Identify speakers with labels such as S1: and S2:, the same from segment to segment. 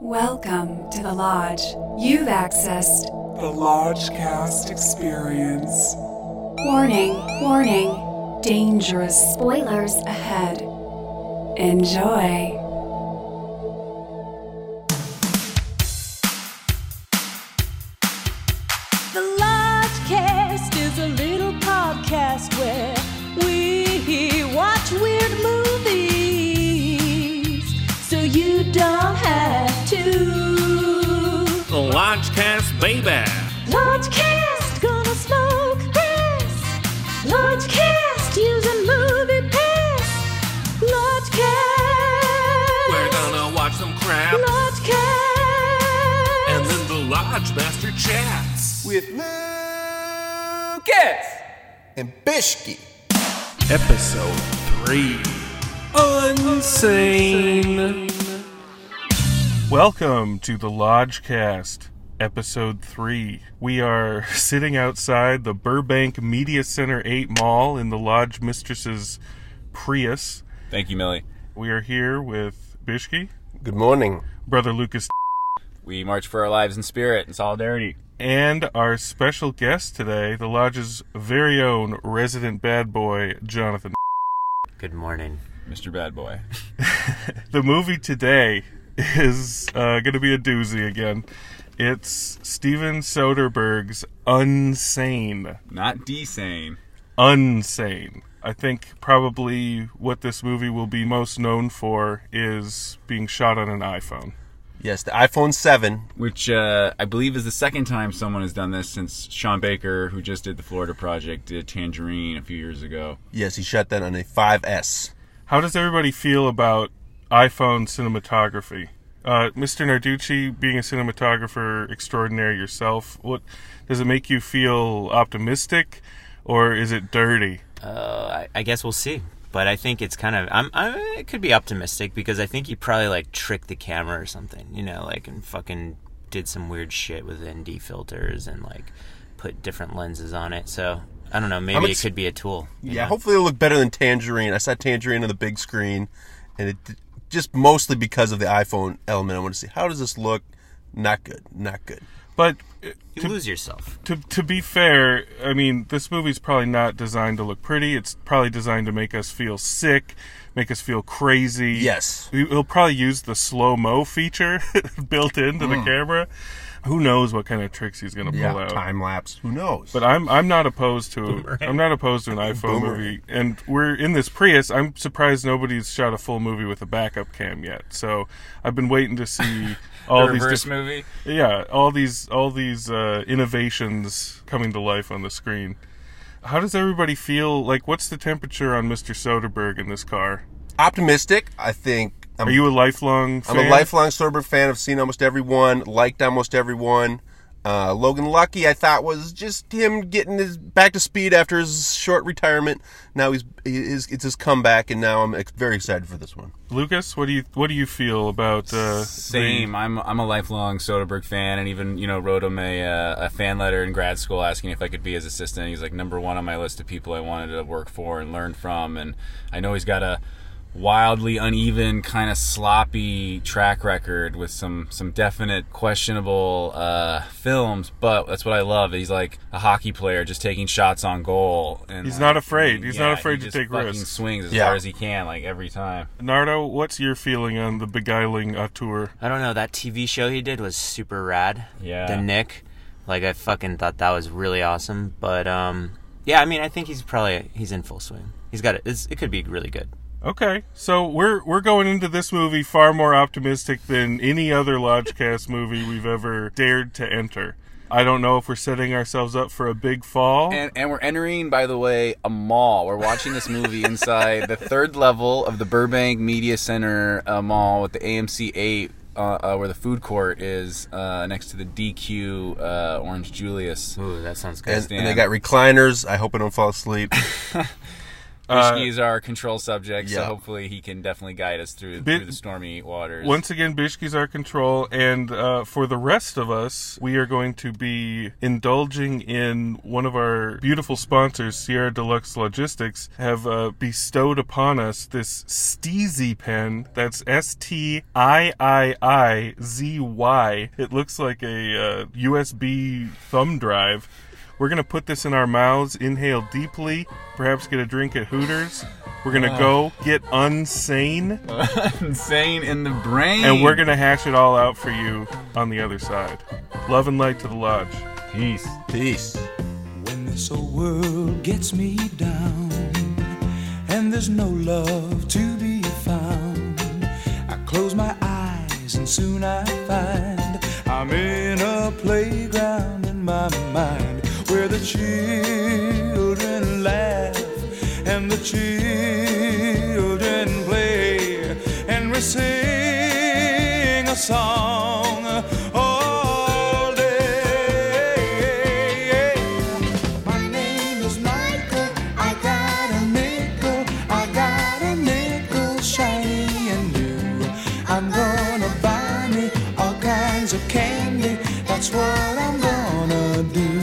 S1: Welcome to the Lodge. You've accessed.
S2: The Lodgecast Experience.
S1: Warning, warning. Dangerous spoilers ahead. Enjoy.
S3: The Lodgecast is a little podcast where we watch weird movies so you don't have to.
S4: The Lodgecast Baby.
S3: Lodgecast gonna smoke this. Lodgecast using movie pass. Lodgecast.
S4: We're gonna watch some crap
S3: Lodgecast.
S4: and then the Lodge Master chats.
S5: with Lucas and Bishki.
S4: Episode 3 Unsane.
S6: Welcome to the Lodgecast, episode 3. We are sitting outside the Burbank Media Center 8 Mall in the Lodge Mistress's Prius.
S7: Thank you, Millie.
S6: We are here with Bishki,
S5: Good morning.
S6: Brother Lucas,
S7: We march for our lives in spirit and solidarity.
S6: and our special guest today, the Lodge's very own resident bad boy, Jonathan.
S7: Mr. Bad Boy.
S6: The movie today is uh, going to be a doozy again. It's Steven Soderbergh's Unsane.
S7: Not D-sane.
S6: unsane. I think probably what this movie will be most known for is being shot on an iPhone.
S5: Yes, the iPhone 7.
S7: Which uh, I believe is the second time someone has done this since Sean Baker, who just did the Florida Project, did Tangerine a few years ago.
S5: Yes, he shot that on a 5S.
S6: How does everybody feel about iPhone cinematography? Uh, Mr. Narducci, being a cinematographer extraordinaire yourself, what does it make you feel optimistic or is it dirty?
S8: Uh, I, I guess we'll see. But I think it's kind of I'm I it could be optimistic because I think he probably like tricked the camera or something, you know, like and fucking did some weird shit with ND filters and like put different lenses on it. So I don't know, maybe it
S5: ex-
S8: could be a tool. you
S5: Yeah,
S8: know?
S5: hopefully it'll look better than Tangerine. I saw Tangerine on the big screen, and it d- just mostly because of the iPhone element. I want to see how does this look? Not good. Not good.
S6: But uh,
S8: you lose yourself.
S6: to, to be fair, I mean, this movie's probably not designed to look pretty. It's probably designed to make us feel sick, make us feel crazy.
S5: Yes.
S6: He- He'll probably use the slow mo feature built into
S5: Hmm.
S6: the camera. Who knows what kind of tricks he's going to pull out?
S5: time lapse. Who knows?
S6: But I'm I'm not opposed to I'm not opposed to an iPhone
S5: Boomerang.
S6: movie, and we're in this Prius. I'm surprised nobody's shot a full movie with a backup cam yet. So I've been waiting to see all
S7: the
S6: these
S7: reverse
S6: diff-
S7: movie.
S6: yeah, all these all these uh, innovations coming to life on the screen. How does everybody feel? Like, what's the temperature on Mr. Soderbergh in this car?
S5: optimistic. I think. I'm,
S6: Are you a lifelong? Fan?
S5: I'm a lifelong Soderbergh fan. I've seen almost everyone, liked almost everyone. Uh, Logan Lucky, I thought was just him getting his back to speed after his short retirement. Now he's he is, it's his comeback, and now I'm ex- very excited for this one.
S6: Lucas, what do you what do you feel about uh,
S7: Same. I'm I'm a lifelong Soderbergh fan, and even you know wrote him a uh, a fan letter in grad school asking if I could be his assistant. He's like number one on my list of people I wanted to work for and learn from, and I know he's got a wildly uneven, kind of sloppy track record with some some definite questionable uh, films, but that's what I love. He's like a hockey player, just taking shots on goal, and
S6: He's
S7: like,
S6: not afraid. He's not
S7: yeah,
S6: afraid
S7: he
S6: to
S7: just
S6: take
S7: fucking
S6: risks.
S7: Swings as
S5: Yeah.
S7: far as he can, like every time.
S6: the Nardo? What's your feeling on the beguiling auteur?
S8: I don't know, that TV show he did was super rad.
S7: Yeah.
S8: The Nick. Like I fucking thought that was really awesome. But um yeah, I mean I think he's probably he's in full swing. He's got it. It's, it could be really good.
S6: Okay, so we're we're going into this movie far more optimistic than any other Lodgecast movie we've ever dared to enter. I don't know if we're setting ourselves up for a big fall.
S7: And, and we're entering, by the way, a mall. We're watching this movie inside the third level of the Burbank Media Center uh, Mall with the AMC 8, uh, uh, where the food court is uh, next to the DQ uh, Orange Julius.
S8: Ooh, that sounds good.
S5: And, and they
S7: Stan.
S5: got recliners. I hope I don't fall asleep.
S7: Bishki is our control subject, so
S5: yeah.
S7: hopefully he can definitely guide us through,
S6: Bi-
S7: through the stormy waters.
S6: Once again, Bishki's our control, and uh, for the rest of us, we are going to be indulging in one of our beautiful sponsors, Sierra Deluxe Logistics, have uh, bestowed upon us this Steezy pen. That's S T I I I Z Y. It looks like a uh, USB thumb drive. We're gonna put this in our mouths, inhale deeply, perhaps get a drink at Hooters. We're gonna go get unsane
S7: insane in the brain.
S6: and we're gonna hash it all out for you on the other side. Love and light to the lodge.
S7: peace.
S5: Peace.
S9: When this old world gets me down and there's no love to be found, I close my eyes and soon I find I'm in a playground in my mind where the children laugh and the children play and we sing a song. all day. My name is Michael. I got a nickel. I got a nickel, shiny and new. I'm gonna buy me all kinds of candy. That's what I'm gonna do.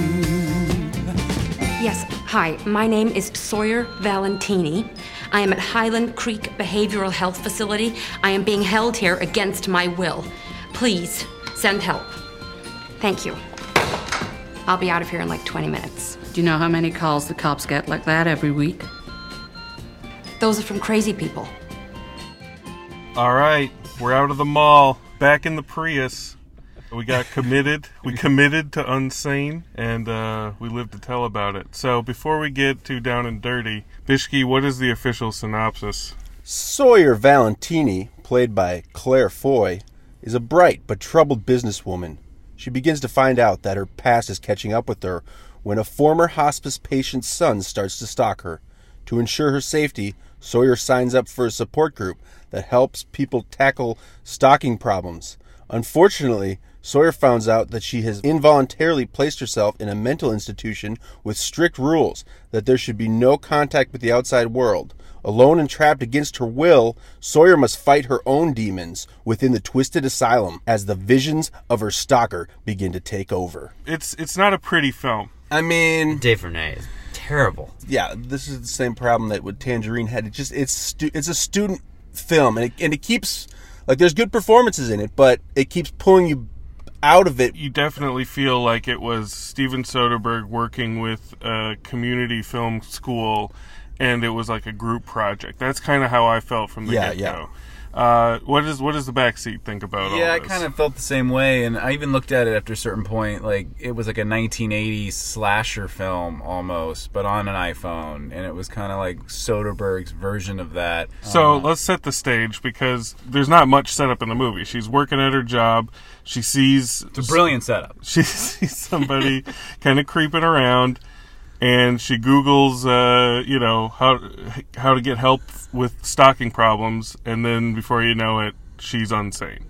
S10: Yes, hi, my name is Sawyer Valentini. I am at Highland Creek Behavioral Health Facility. I am being held here against my will. Please send help. Thank you. I'll be out of here in like 20 minutes.
S11: Do you know how many calls the cops get like that every week?
S10: Those are from crazy people.
S6: All right, we're out of the mall, back in the Prius. We got committed. We committed to unsane, and uh, we lived to tell about it. So before we get too down and dirty, Bishki, what is the official synopsis?
S5: Sawyer Valentini, played by Claire Foy, is a bright but troubled businesswoman. She begins to find out that her past is catching up with her when a former hospice patient's son starts to stalk her. To ensure her safety, Sawyer signs up for a support group that helps people tackle stalking problems. Unfortunately, Sawyer finds out that she has involuntarily placed herself in a mental institution with strict rules that there should be no contact with the outside world. Alone and trapped against her will, Sawyer must fight her own demons within the twisted asylum as the visions of her stalker begin to take over.
S6: It's it's not a pretty film.
S5: I mean,
S8: Day for night is terrible.
S5: yeah, this is the same problem that with Tangerine had. It just it's stu- it's a student film, and it, and it keeps like there's good performances in it, but it keeps pulling you out of it.
S6: You definitely feel like it was Steven Soderbergh working with a community film school, and it was like a group project. That's kind of how I felt from the
S5: Yeah,
S6: get-go. Uh, what is what does the backseat think about all
S7: Yeah, I
S6: this?
S7: kind of felt the same way, and I even looked at it after a certain point. Like it was like a 1980s slasher film almost, but on an iPhone, and it was kind of like Soderbergh's version of that.
S6: So let's set the stage because there's not much setup in the movie. She's working at her job. She sees
S7: It's a brilliant setup.
S6: she sees somebody kind of creeping around, and she Google's uh, you know how how to get help with stalking problems, and then before you know it, she's unsane.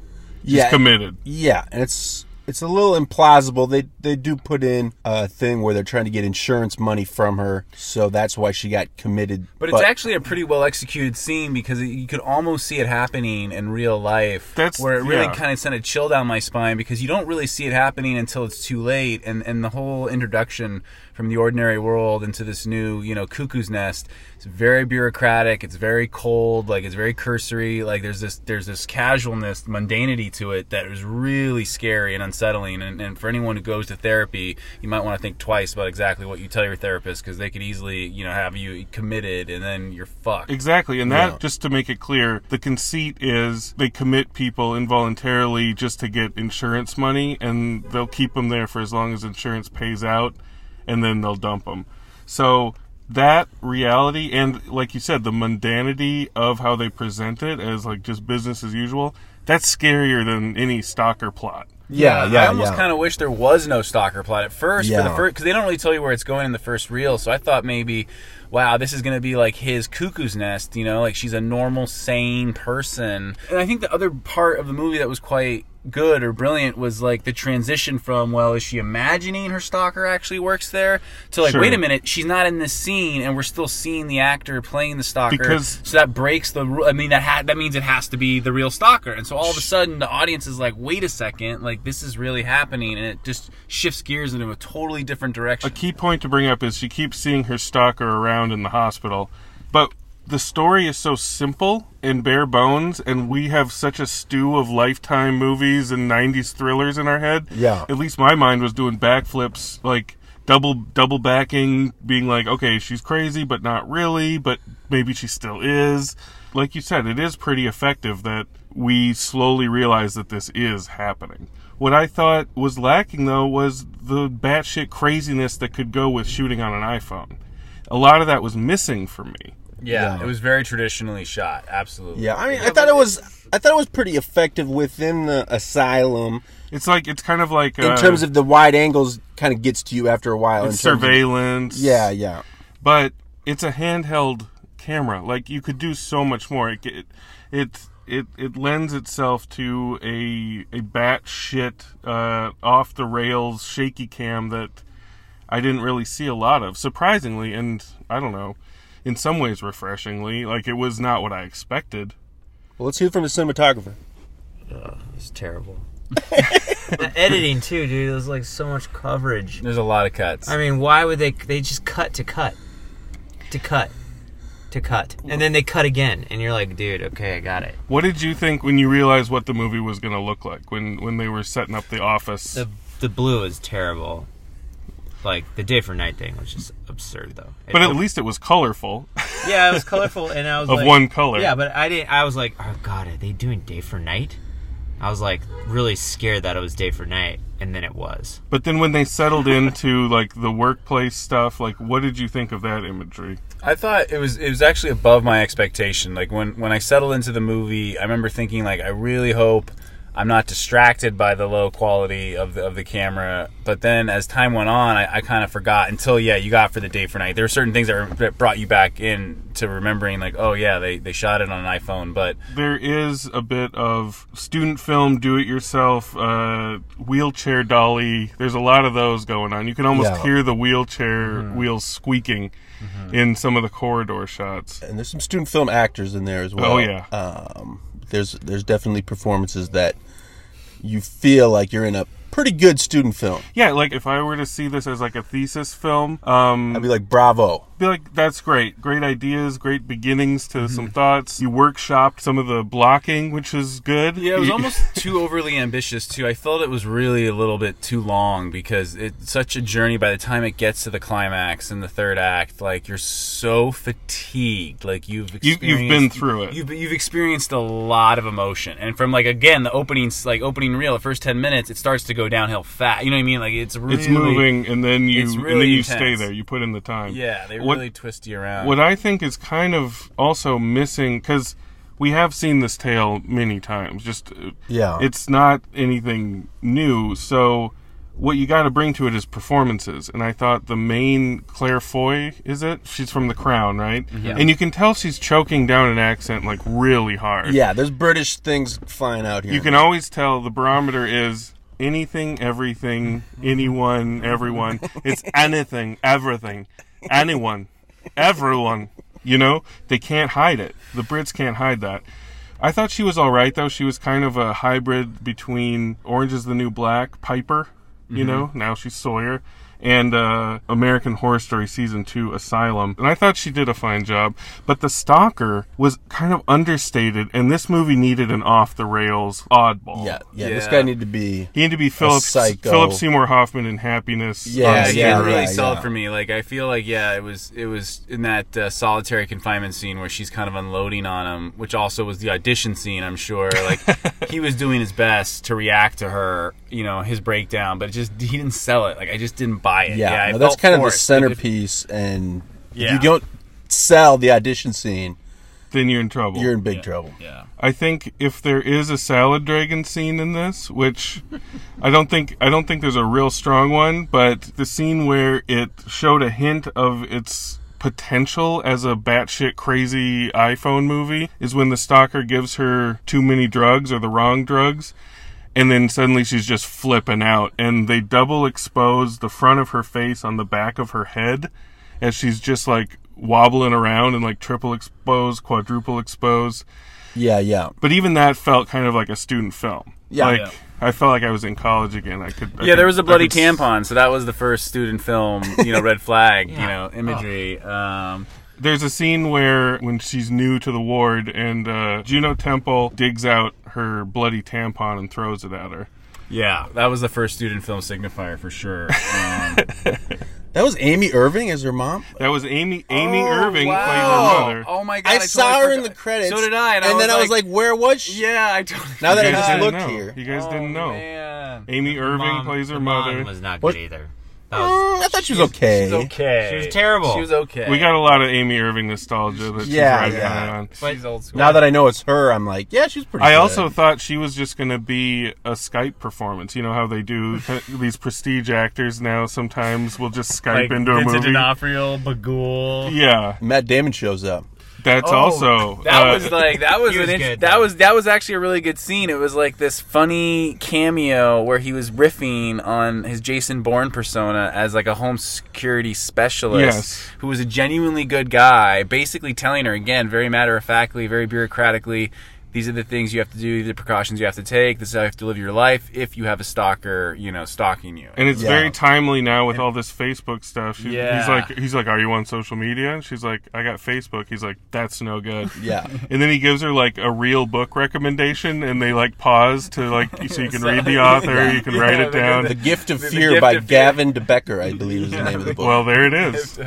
S6: She's
S5: yeah,
S6: committed.
S5: Yeah, and it's it's a little implausible. They they do put in a thing where they're trying to get insurance money from her, so that's why she got committed.
S7: But it's actually a pretty well executed scene because you could almost see it happening in real life.
S6: That's-
S7: where it really
S6: yeah.
S7: kind of sent a chill down my spine because you don't really see it happening until it's too late. And and the whole introduction from the ordinary world into this new you know cuckoo's nest. It's very bureaucratic. It's very cold. Like it's very cursory. Like there's this there's this casualness, mundanity to it that is really scary and unsettling. And, and for anyone who goes to therapy, you might want to think twice about exactly what you tell your therapist because they could easily you know have you committed and then you're fucked.
S6: Exactly, and that just to make it clear, the conceit is they commit people involuntarily just to get insurance money, and they'll keep them there for as long as insurance pays out, and then they'll dump them. So that reality, and like you said, the mundanity of how they present it as like just business as usual, that's scarier than any stalker plot.
S5: yeah, yeah,
S7: I almost kind of wish there was no stalker plot at first for the
S5: Yeah.
S7: first because they don't really tell you where it's going in the first reel. So I thought maybe, wow, this is going to be like his cuckoo's nest, you know, like she's a normal, sane person. And I think the other part of the movie that was quite good or brilliant was like the transition from well is she imagining her stalker actually works there to like
S6: Sure.
S7: wait a minute she's not in this scene and we're still seeing the actor playing the stalker
S6: Because-
S7: so that breaks the ru- I mean that ha- that means it has to be the real stalker and so all of a sudden the audience is like wait a second like this is really happening and it just shifts gears into a totally different
S6: a
S7: direction
S6: key point to bring up is she keeps seeing her stalker around in the hospital, but the story is so simple and bare bones, and we have such a stew of lifetime movies and '90s thrillers in our head.
S12: Yeah.
S6: at least my mind was doing backflips, like double double backing, being like, okay, she's crazy, but not really, but maybe she still is. Like you said, it is pretty effective that we slowly realize that this is happening. What I thought was lacking though was the batshit craziness that could go with shooting on an iPhone. A lot of that was missing for me.
S7: yeah, it was very traditionally shot absolutely
S12: Yeah, I mean, I thought it was, I thought it was pretty effective within the asylum
S6: It's like it's kind of like uh,
S12: in terms of the wide angles. Kind of gets to you after a while. in
S6: it's
S12: terms of-
S6: surveillance.
S12: yeah, yeah.
S6: but it's a handheld camera. Like you could do so much more. It it it it, it lends itself to a a batshit uh, off the rails shaky cam that I didn't really see a lot of, surprisingly, and I don't know, in some ways refreshingly. Like it was not what I expected.
S12: Well, let's hear from the cinematographer.
S8: It's terrible. the editing too, dude. There's like so much coverage.
S7: there's a lot of cuts
S8: I mean, why would they? They just cut to cut, to cut, to cut, and then they cut again, and you're like, dude, okay, I got it.
S6: What did you think when you realized what the movie was going to look like when when they were setting up the office?
S8: The the blue is terrible. Like the day for night thing, which is absurd though. It-
S6: but at least it was colorful.
S8: yeah, it was colorful, and I was
S6: Of
S8: like-
S6: one color.
S8: Yeah, but I didn't. I was like, oh god, are they doing day for night? I was like really scared that it was day for night, and then it was.
S6: But then when they settled into like the workplace stuff, like what did you think of that imagery?
S7: I thought it was it was actually above my expectation. Like when when I settled into the movie, I remember thinking like I really hope I'm not distracted by the low quality of the of the camera. But then as time went on, I, I kind of forgot until yeah, you got for the day for night. There were certain things that, were, that brought you back in to remembering like oh yeah, they they shot it on an iPhone, but
S6: There is a bit of student film, do it yourself, uh, wheelchair dolly. There's a lot of those going on. You can almost
S12: Yeah.
S6: hear the wheelchair wheels squeaking in some of the corridor shots.
S12: And there's some student film actors in there as well.
S6: Oh, yeah.
S12: Um, there's there's definitely performances that you feel like you're in a pretty good student film.
S6: Yeah, like if I were to see this as like a thesis film, um,
S12: I'd be like, bravo.
S6: be like, that's great. Great ideas, great beginnings to some thoughts. You workshopped some of the blocking, which is good.
S7: Yeah, it was
S6: You-
S7: almost too overly ambitious too. I felt it was really a little bit too long because it's such a journey. By the time it gets to the climax in the third act, like you're so fatigued. Like you've
S6: You- you've been
S7: experienced-
S6: through it.
S7: You've you've experienced a lot of emotion, and from like again the opening like opening reel, the first ten minutes, it starts to go downhill fat. You know what I mean? Like it's really
S6: it's moving and then you
S7: it's
S6: and
S7: really
S6: then you
S7: intense.
S6: stay there you put in the time
S7: Yeah, they
S6: What-
S7: really twist you around.
S6: what i think is kind of also missing because we have seen this tale many times just uh,
S12: Yeah.
S6: it's not anything new so what you got to bring to it is performances and i thought the main claire foy is it she's from the crown right yeah. and you can tell she's choking down an accent like really hard
S12: Yeah, there's British things flying out here.
S6: you can always tell the barometer is anything, everything, anyone, everyone. It's anything, everything, anyone, everyone. You know, they can't hide it. The Brits can't hide that. I thought she was all right though. She was kind of a hybrid between Orange is the New Black, Piper,
S12: Mm-hmm.
S6: you know, now she's Sawyer, and uh, American Horror Story season two, Asylum. And I thought she did a fine job, but the stalker was kind of understated, and this movie needed an off the rails oddball.
S12: Yeah, yeah, This
S7: Yeah.
S12: guy needed to be.
S6: He had to be Philip
S12: psycho.
S6: Philip Seymour Hoffman in Happiness. uh,
S12: Yeah,
S7: yeah,
S6: on
S7: he didn't
S12: yeah,
S7: really
S12: yeah,
S7: sell
S12: yeah.
S7: it for me. Like I feel like yeah, it was it was in that uh, solitary confinement scene where she's kind of unloading on him, which also was the audition scene. I'm sure like he was doing his best to react to her, you know, his breakdown, but it just he didn't sell it. Like I just didn't buy it.
S12: Yeah,
S7: Yeah, I
S12: no, that's
S7: felt
S12: kind of the
S7: forced.
S12: centerpiece, and if
S7: Yeah.
S12: you don't sell the audition scene,
S6: Then you're in trouble.
S12: you're in big trouble.
S7: Yeah,
S6: I think if there is a salad dragon scene in this, which I don't think I don't think there's a real strong one, but the scene where it showed a hint of its potential as a batshit crazy iPhone movie is when the stalker gives her too many drugs or the wrong drugs and then suddenly she's just flipping out and they double expose the front of her face on the back of her head as she's just like wobbling around and like triple expose quadruple expose
S12: Yeah, yeah.
S6: but even that felt kind of like a student film
S7: Yeah.
S6: like
S7: Yeah.
S6: i felt like i was in college again i could I
S7: yeah,
S6: could-
S7: there was
S6: I
S7: a bloody
S6: could s-
S7: tampon, so that was the first student film, you know, red flag, you know, imagery. Um,
S6: There's a scene where when she's new to the ward and uh, Juno Temple digs out her bloody tampon and throws it at her.
S7: yeah, that was the first student film signifier for sure. Um,
S12: That was Amy Irving as her mom.
S6: That was Amy Amy
S7: Oh,
S6: Irving
S7: wow.
S6: played her mother.
S7: Oh my god!
S12: I,
S7: totally
S12: saw her in the
S7: forgot.
S12: credits.
S7: So did I, and,
S12: then I was like, where was she?
S7: yeah, I totally.
S12: Now that I
S6: You guys
S12: just
S6: didn't
S12: looked
S6: know.
S12: here.
S6: you guys didn't know.
S7: Oh, Man.
S6: Amy Irving
S8: Mom-
S6: plays her
S8: the mom
S6: mother.
S8: was not good
S12: What-
S8: either. That was,
S12: Mm, I thought she was okay.
S7: She's okay.
S8: She was terrible.
S7: She was okay.
S6: We got a lot of Amy Irving nostalgia that she's
S12: Yeah,
S6: riding
S12: yeah.
S6: around.
S7: She's old school.
S12: Now that I know it's her, I'm like, yeah, she's pretty.
S6: I
S12: good.
S6: also thought she was just going to be a Skype performance. You know how they do these prestige actors now. Sometimes will just Skype
S7: like,
S6: into a
S7: Vincent
S6: movie.
S7: D'Onofrio, Bagul.
S6: Yeah,
S12: Matt Damon shows up.
S6: that's
S7: Oh,
S6: also
S7: that
S6: uh,
S7: was like that was,
S8: He was
S7: an int-
S8: good,
S7: that
S8: though.
S7: was that was actually a really good scene. It was like this funny cameo where he was riffing on his Jason Bourne persona as like a home security specialist
S6: Yes.
S7: who was a genuinely good guy, basically telling her again, very matter of factly, very bureaucratically. These are the things you have to do. These are the precautions you have to take. This is how you have to live your life if you have a stalker, you know, stalking you.
S6: And it's
S12: Yeah.
S6: very timely now with all this Facebook stuff. She,
S7: Yeah.
S6: He's like, he's like, are you on social media? And she's like, I got Facebook. He's like, that's no good.
S12: Yeah.
S6: And then he gives her like a real book recommendation, and they like pause to like so you can read the author, you can write it
S12: The
S6: down.
S12: Gift of
S7: The
S12: Fear
S7: Gift
S12: by
S7: of Fear.
S12: Gavin DeBecker, I believe is the name of the book.
S6: Well, there it is.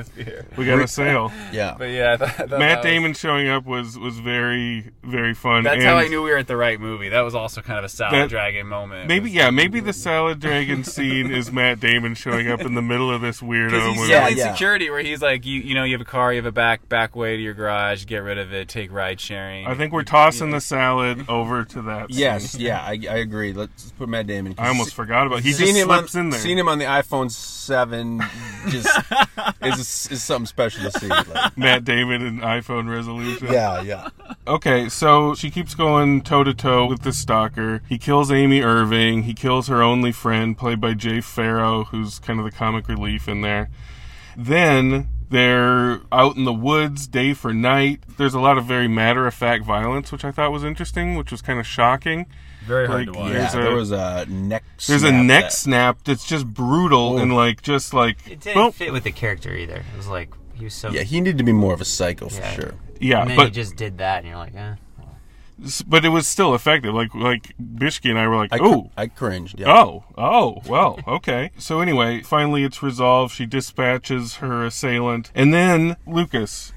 S6: We got a sale.
S12: yeah.
S7: But yeah, I thought- I thought that
S6: Matt
S7: was-
S6: Damon showing up was was very very fun.
S7: That's how I
S6: and
S7: knew we were at the right movie. That was also kind of a Salad
S6: That-
S7: Dragon moment.
S6: Maybe yeah, maybe the salad dragon scene is Matt Damon showing up in the middle of this
S7: Because
S6: weirdo
S7: he's
S6: movie.
S7: so
S12: Yeah,
S7: in
S12: yeah.
S7: security where he's like, you you know, you have a car, you have a back back way to your garage, get rid of it, take ride sharing.
S6: I think we're tossing the salad over to that. scene.
S12: Yes, yeah, I, I agree. Let's put Matt Damon.
S6: I almost forgot about. He just
S12: Seeing him
S6: slips
S12: on,
S6: in there.
S12: Seeing him on the iPhone Seven just is is something special to see. like.
S6: Matt Damon and iPhone resolution.
S12: yeah, yeah.
S6: Okay, so she keeps going toe to toe with the stalker. He kills Amy Irving. He kills her only friend, played by Jay Farrow, who's kind of the comic relief in there. Then they're out in the woods day for night. There's a lot of very matter of fact violence, which I thought was interesting, which was kind of shocking.
S7: very
S6: hard like, to watch.
S12: yeah
S6: There's a-
S12: there was a neck.
S6: There's a
S12: snap
S6: neck
S12: that-
S6: snap that's just brutal and like just like
S8: it didn't
S6: well,
S8: fit with the character either. It was like he was so
S12: Yeah, he needed to be more of a psycho for
S8: Yeah.
S12: sure.
S6: yeah,
S8: and then
S6: but
S8: he just did that, and you're like, eh.
S6: s- but it was still effective. Like like Bishki and I were like,
S12: I cr-
S6: oh,
S12: I cringed. Yeah.
S6: Oh, oh, well, okay. so anyway, finally it's resolved. She dispatches her assailant. And then, Lucas,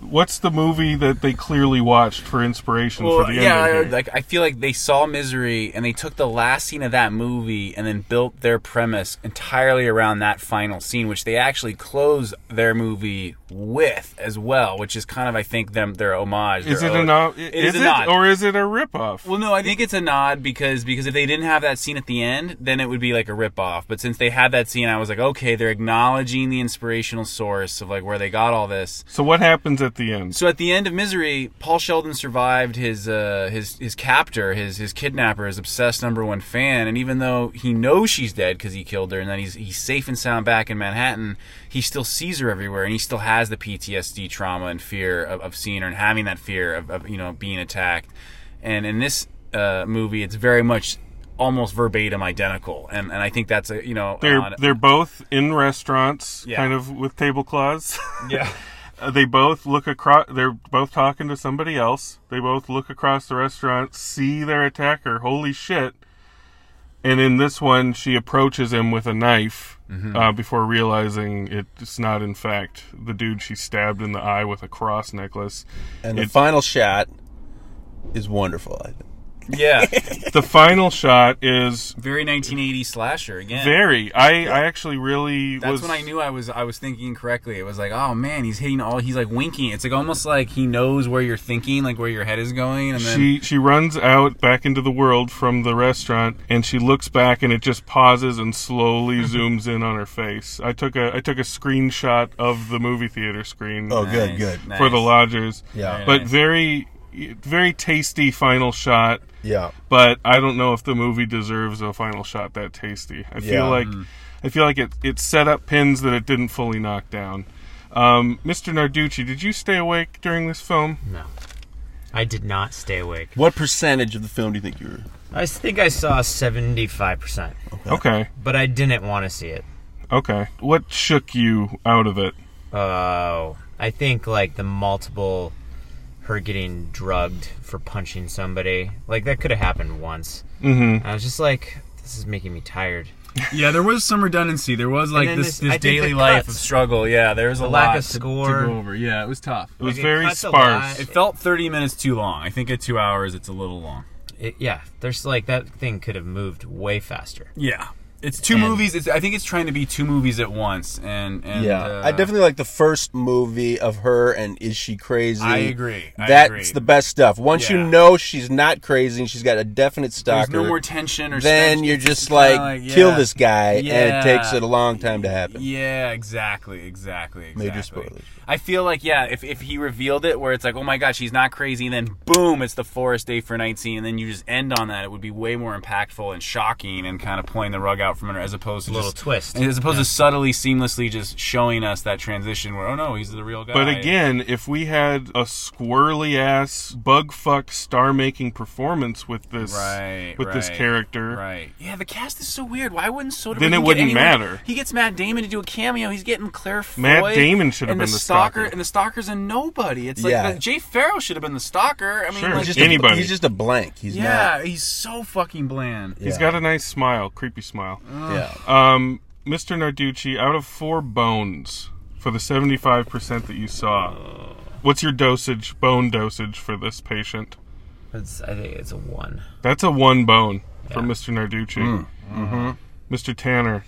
S6: what's the movie that they clearly watched for inspiration
S7: Well,
S6: for the
S7: yeah, I-
S6: ending? here?
S7: like I feel like they saw Misery and they took the last scene of that movie and then built their premise entirely around that final scene, which they actually close their movie with as well, which is kind of I think them their homage.
S6: is
S7: their
S6: it a
S7: ode.
S6: nod?
S7: It
S6: is,
S7: is a
S6: it,
S7: nod.
S6: or is it a ripoff?
S7: Well, no, I think it's a nod because because if they didn't have that scene at the end, then it would be like a ripoff. But since they had that scene, I was like, okay, they're acknowledging the inspirational source of like where they got all this.
S6: so what happens at the end?
S7: So at the end of Misery, Paul Sheldon survived his uh, his his captor, his his kidnapper, his obsessed number one fan, and even though he knows she's dead because he killed her, and then he's he's safe and sound back in Manhattan, he still sees her everywhere, and he still has the PTSD trauma and fear of, of seeing her and having that fear of, of you know being attacked. And in this uh, movie, it's very much almost verbatim identical, and and I think that's a you know
S6: They're
S7: on-
S6: they're both in restaurants,
S7: Yeah.
S6: kind of with tablecloths.
S7: yeah.
S6: Uh, they both look across. They're both talking to somebody else. They both look across the restaurant, see their attacker. Holy shit! And in this one, she approaches him with a knife
S7: Mm-hmm.
S6: uh, before realizing it's not, in fact, the dude she stabbed in the eye with a cross necklace.
S12: And the
S6: It-
S12: final shot is wonderful. I think.
S7: yeah,
S6: the final shot is
S7: very 1980 slasher again.
S6: very. I, I actually really
S7: That's
S6: was.
S7: when I knew I was I was thinking correctly. It was like, oh man, he's hitting all. He's like winking. It's like almost like he knows where you're thinking, like where your head is going, and then
S6: She she runs out back into the world from the restaurant, and she looks back, and it just pauses and slowly zooms in on her face. I took a I took a screenshot of the movie theater screen
S12: Oh, good,
S7: Nice,
S12: good.
S7: nice.
S6: for the lodgers.
S12: Yeah.
S6: but very very tasty final shot.
S13: Yeah.
S6: But I don't know if the movie deserves a final shot that tasty. I
S13: Yeah.
S6: feel like
S13: Mm.
S6: I feel like it it set up pins that it didn't fully knock down. Um, Mr. Narducci, did you stay awake during this film?
S8: No. I did not stay awake.
S5: What percentage of the film do you think you were?
S8: I think I saw 75%.
S6: Okay.
S8: But I didn't want to see it.
S6: Okay. What shook you out of it?
S8: Oh, I think like the multiple her getting drugged for punching somebody. Like that could have happened once.
S7: Mhm.
S6: Mm-hmm.
S8: I was just like, this is making me tired.
S7: Yeah, there was some redundancy. There was like
S8: then
S7: this,
S8: this- I think
S7: this
S8: the
S7: daily life
S8: cuts.
S7: of struggle. Yeah, there was a
S8: The lack
S7: lot
S8: of
S7: to- to
S8: score.
S7: go over. Yeah, it was tough.
S8: It was Like, it very cuts a sparse. lot.
S7: It felt 30 minutes too long. I think at two hours, it's a little long.
S8: It, yeah, there's like that thing could have moved way faster.
S7: Yeah, it's two
S8: And-
S7: movies. It's, I think it's trying to be two movies at once. And, and
S5: yeah,
S7: uh,
S5: I definitely like the first movie of her and is she crazy?
S7: I agree. I
S5: That's
S7: agree.
S5: the best stuff. Once you
S7: Yeah.
S5: know she's not crazy and she's got a definite
S7: There's
S5: stalker,
S7: no more tension or
S5: then
S7: suspense.
S5: you're
S7: It's
S5: just
S7: kinda
S5: like,
S7: like,
S5: kill
S7: yeah.
S5: this guy,
S7: Yeah.
S5: and it takes it a long time to happen.
S7: Yeah, exactly, exactly, exactly.
S5: Major spoilers.
S7: I feel like yeah, if, if he revealed it where it's like, oh my god, she's not crazy, and then boom, it's the forest day for night scene, and then you just end on that, it would be way more impactful and shocking and kind of pulling the rug out from under as opposed to
S8: Little
S7: just-
S8: twist.
S7: As opposed
S8: Yeah.
S7: to subtly, seamlessly just showing us that transition where, oh no, he's the real guy.
S6: But again, if we had a squirrely ass bug fuck star making performance with this
S7: Right,
S6: with this
S7: right,
S6: character,
S7: right? Yeah, the cast is so weird. Why wouldn't Soderbergh?
S6: Then it
S7: even get
S6: wouldn't
S7: anyone-
S6: matter.
S7: He gets Matt Damon to do a cameo. He's getting Claire Foy.
S6: Matt Damon should have
S7: and
S6: been the stalker.
S7: And the stalker's a nobody. It's like
S5: Yeah.
S7: the- Jay Farrow should have been the stalker. I mean,
S6: Sure,
S7: like,
S6: just anybody.
S5: He's just a blank. He's
S7: yeah, he's so fucking bland.
S6: He's got a nice smile, creepy smile.
S7: Ugh.
S6: Um, Mr. Narducci, out of four bones for the seventy-five percent that you saw, what's your dosage, bone dosage for this patient?
S8: It's, I think it's a one.
S6: That's a one bone for Mr. Narducci.
S7: Mm. Mhm.
S6: Mr. Tanner,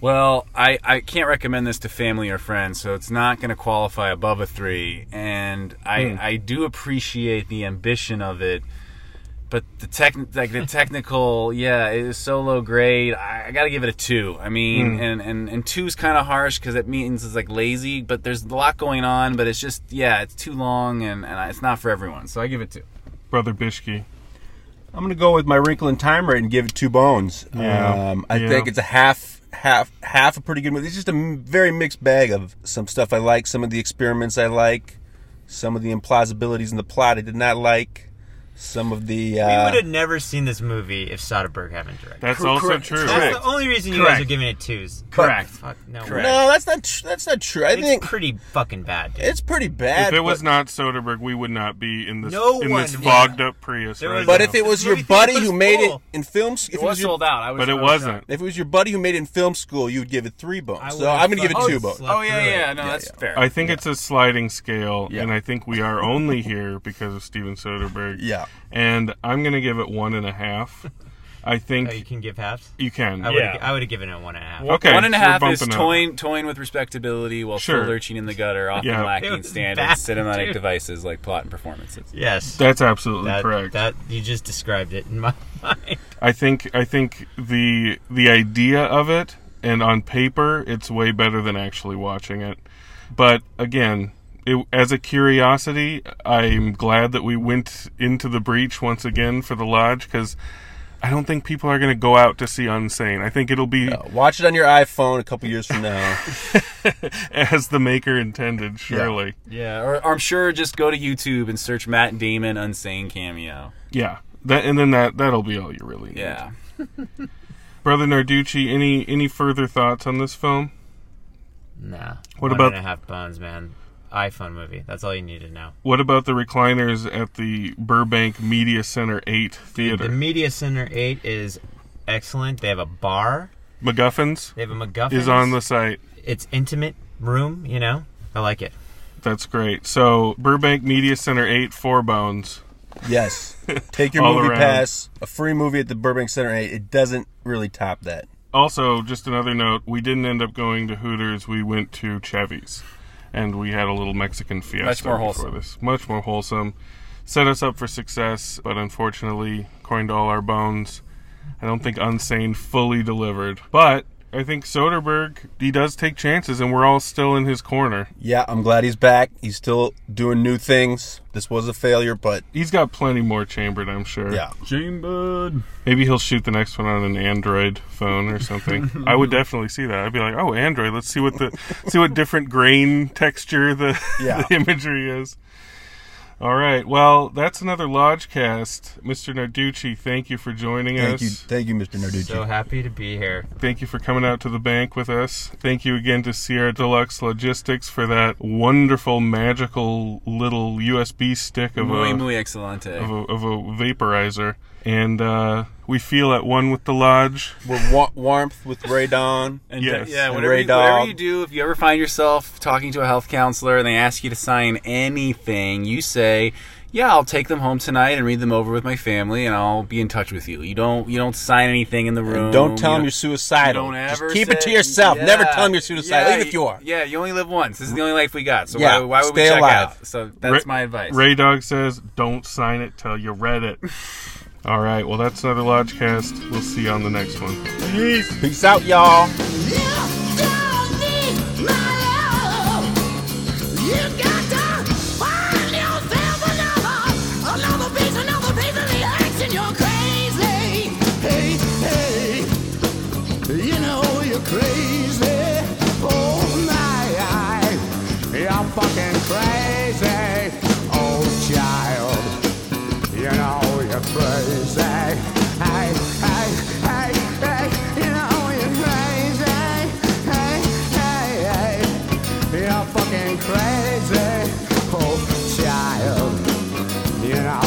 S7: Well, I, I can't recommend this to family or friends, so it's not going to qualify above a three. And I
S6: Hmm.
S7: I do appreciate the ambition of it, but the tech like the technical yeah it is so low grade. I, I got to give it a two. I mean,
S6: Hmm.
S7: and and and two is kind of harsh because it means it's like lazy, but there's a lot going on. But it's just yeah, it's too long and and I- it's not for everyone. So I give it two.
S6: brother Bishke.
S5: I'm gonna go with my wrinkle and time rate and give it two bones.
S6: Yeah.
S5: Um, I
S6: Yeah.
S5: think it's a half, half, half a pretty good movie. It's just a m- very mixed bag of some stuff I like, some of the experiments I like, some of the implausibilities in the plot I did not like, some of the.
S8: we
S5: Uh,
S8: would have never seen this movie if Soderbergh hadn't directed.
S6: That's Cor- also correct. true.
S8: That's
S6: Correct.
S8: the only reason you guys
S6: Correct.
S8: are giving it twos.
S6: Correct.
S8: Fuck, no.
S6: Correct.
S8: way.
S5: no, that's not. Tr- that's not true. I
S8: It's
S5: think
S8: pretty fucking bad. Dude.
S5: it's pretty bad.
S6: if it was
S5: but-
S6: not Soderbergh, we would not be in this
S8: No
S6: in
S8: one-
S6: this
S8: yeah.
S6: fogged up Prius.
S8: There
S6: right
S8: was-
S5: But
S6: now.
S5: if it was your
S8: movie
S5: buddy
S8: theater
S5: who
S8: was
S5: made it
S8: full.
S5: in film, sc- if
S7: It was
S5: your,
S7: sold out. I was
S6: but it
S7: I was shocked.
S6: wasn't.
S5: if it was your buddy who made it in film school, you would give it three bones. So
S8: would've
S5: I'm gonna give it
S8: fucking
S5: two bones.
S8: slept
S7: Oh yeah,
S8: through it.
S7: yeah, no, that's fair.
S6: I think it's a sliding scale,
S5: Yeah.
S6: and I think we are only here because of Steven Soderbergh.
S5: Yeah.
S6: And I'm going to give it one and a half. I think
S8: Oh, you can give halves.
S6: you can.
S8: I would have I would have given it one and a half.
S6: Okay.
S7: One and a
S6: so we're
S7: half is
S6: bumping up.
S7: toying, toying with respectability while
S6: Sure.
S7: still lurching in the gutter, often
S6: Yeah.
S8: It
S7: lacking
S8: was
S7: standard
S8: bad,
S7: cinematic
S8: dude.
S7: devices like plot and performances.
S8: Yes.
S6: That's absolutely
S8: that,
S6: correct.
S8: That you just described it in my mind.
S6: I think I think the the idea of it and on paper it's way better than actually watching it. But again, it, as a curiosity, I'm glad that we went into the breach once again for the lodge because I don't think people are going to go out to see Unsane. I think it'll be
S5: Watch it on your iPhone a couple years from now.
S6: as the maker intended, surely.
S7: Yeah, or, or I'm sure just go to YouTube and search Matt Damon Unsane cameo.
S6: Yeah. That and then that that'll be all you really need.
S7: Yeah.
S6: Brother Narducci, any any further thoughts on this film?
S8: Nah. One
S6: What about-
S8: and a half bones, man? iPhone movie. That's all you need to know.
S6: What about the recliners at the Burbank Media Center 8
S8: The
S6: Theater?
S8: Media Center Eight is excellent. They have a bar.
S6: MacGuffins
S8: They have a MacGuffin.
S6: is on the site.
S8: It's intimate room. You know, I like it.
S6: That's great. So, Burbank Media Center 8, Four Bones.
S5: Yes. Take your
S6: All
S5: movie
S6: around.
S5: pass, a free movie at the Burbank Center 8. It doesn't really top that.
S6: Also, just another note, we didn't end up going to Hooters. We went to Chevy's. And we had a little Mexican fiesta
S7: Much more
S6: before
S7: wholesome.
S6: this. Much more wholesome. Set us up for success, but unfortunately, according to all our bones, I don't think Unsane fully delivered. But I think Soderbergh he does take chances, and we're all still in his corner.
S5: Yeah, I'm glad he's back. He's still doing new things. This was a failure, but
S6: he's got plenty more chambered, I'm sure.
S5: Yeah,
S7: chambered.
S6: Maybe he'll shoot the next one on an Android phone or something. I would definitely see that. I'd be like, oh, Android. Let's see what the see what different grain texture the,
S5: Yeah.
S6: the imagery is. All right. Well, that's another Lodgecast. Mr. Narducci, thank you for joining
S5: Thank
S6: us.
S5: you- thank you, Mr. Narducci.
S14: So happy to be here.
S6: Thank you for coming out to the bank with us. Thank you again to Sierra Deluxe Logistics for that wonderful, magical little USB stick of
S7: Muy,
S6: a
S7: muy excelente.
S6: of a, of a vaporizer. And uh, we feel at one with the lodge.
S5: We're wa- warmth with radon.
S7: And uh,
S6: yes.
S7: yeah,
S5: And
S7: whatever
S5: Ray
S7: you, whatever
S5: Dog.
S7: you do, if you ever find yourself talking to a health counselor and they ask you to sign anything, you say, "Yeah, I'll take them home tonight and read them over with my family, and I'll be in touch with you." You don't you don't sign anything in the room.
S5: don't tell
S7: you
S5: them you're suicidal.
S7: don't
S5: Just
S7: ever
S5: keep it to
S7: say-
S5: yourself. Never
S7: Yeah.
S5: tell them you're suicidal,
S7: Yeah,
S5: even if you are.
S7: Yeah, you only live once. This is the only life we got. So
S5: Yeah,
S7: why, why would we
S5: stay
S7: check
S5: alive.
S7: out? So that's
S6: Ra-
S7: my advice.
S6: Ray Dog says, don't sign it till you read it. All right. Well, that's another Lodgecast. We'll see you on the next one.
S5: Peace. Peace out, y'all.
S8: Oh, Fucking crazy, oh child. You know you're crazy. Hey, hey, hey, hey. You know you're crazy. Hey, hey, hey. You're fucking crazy, oh child. You know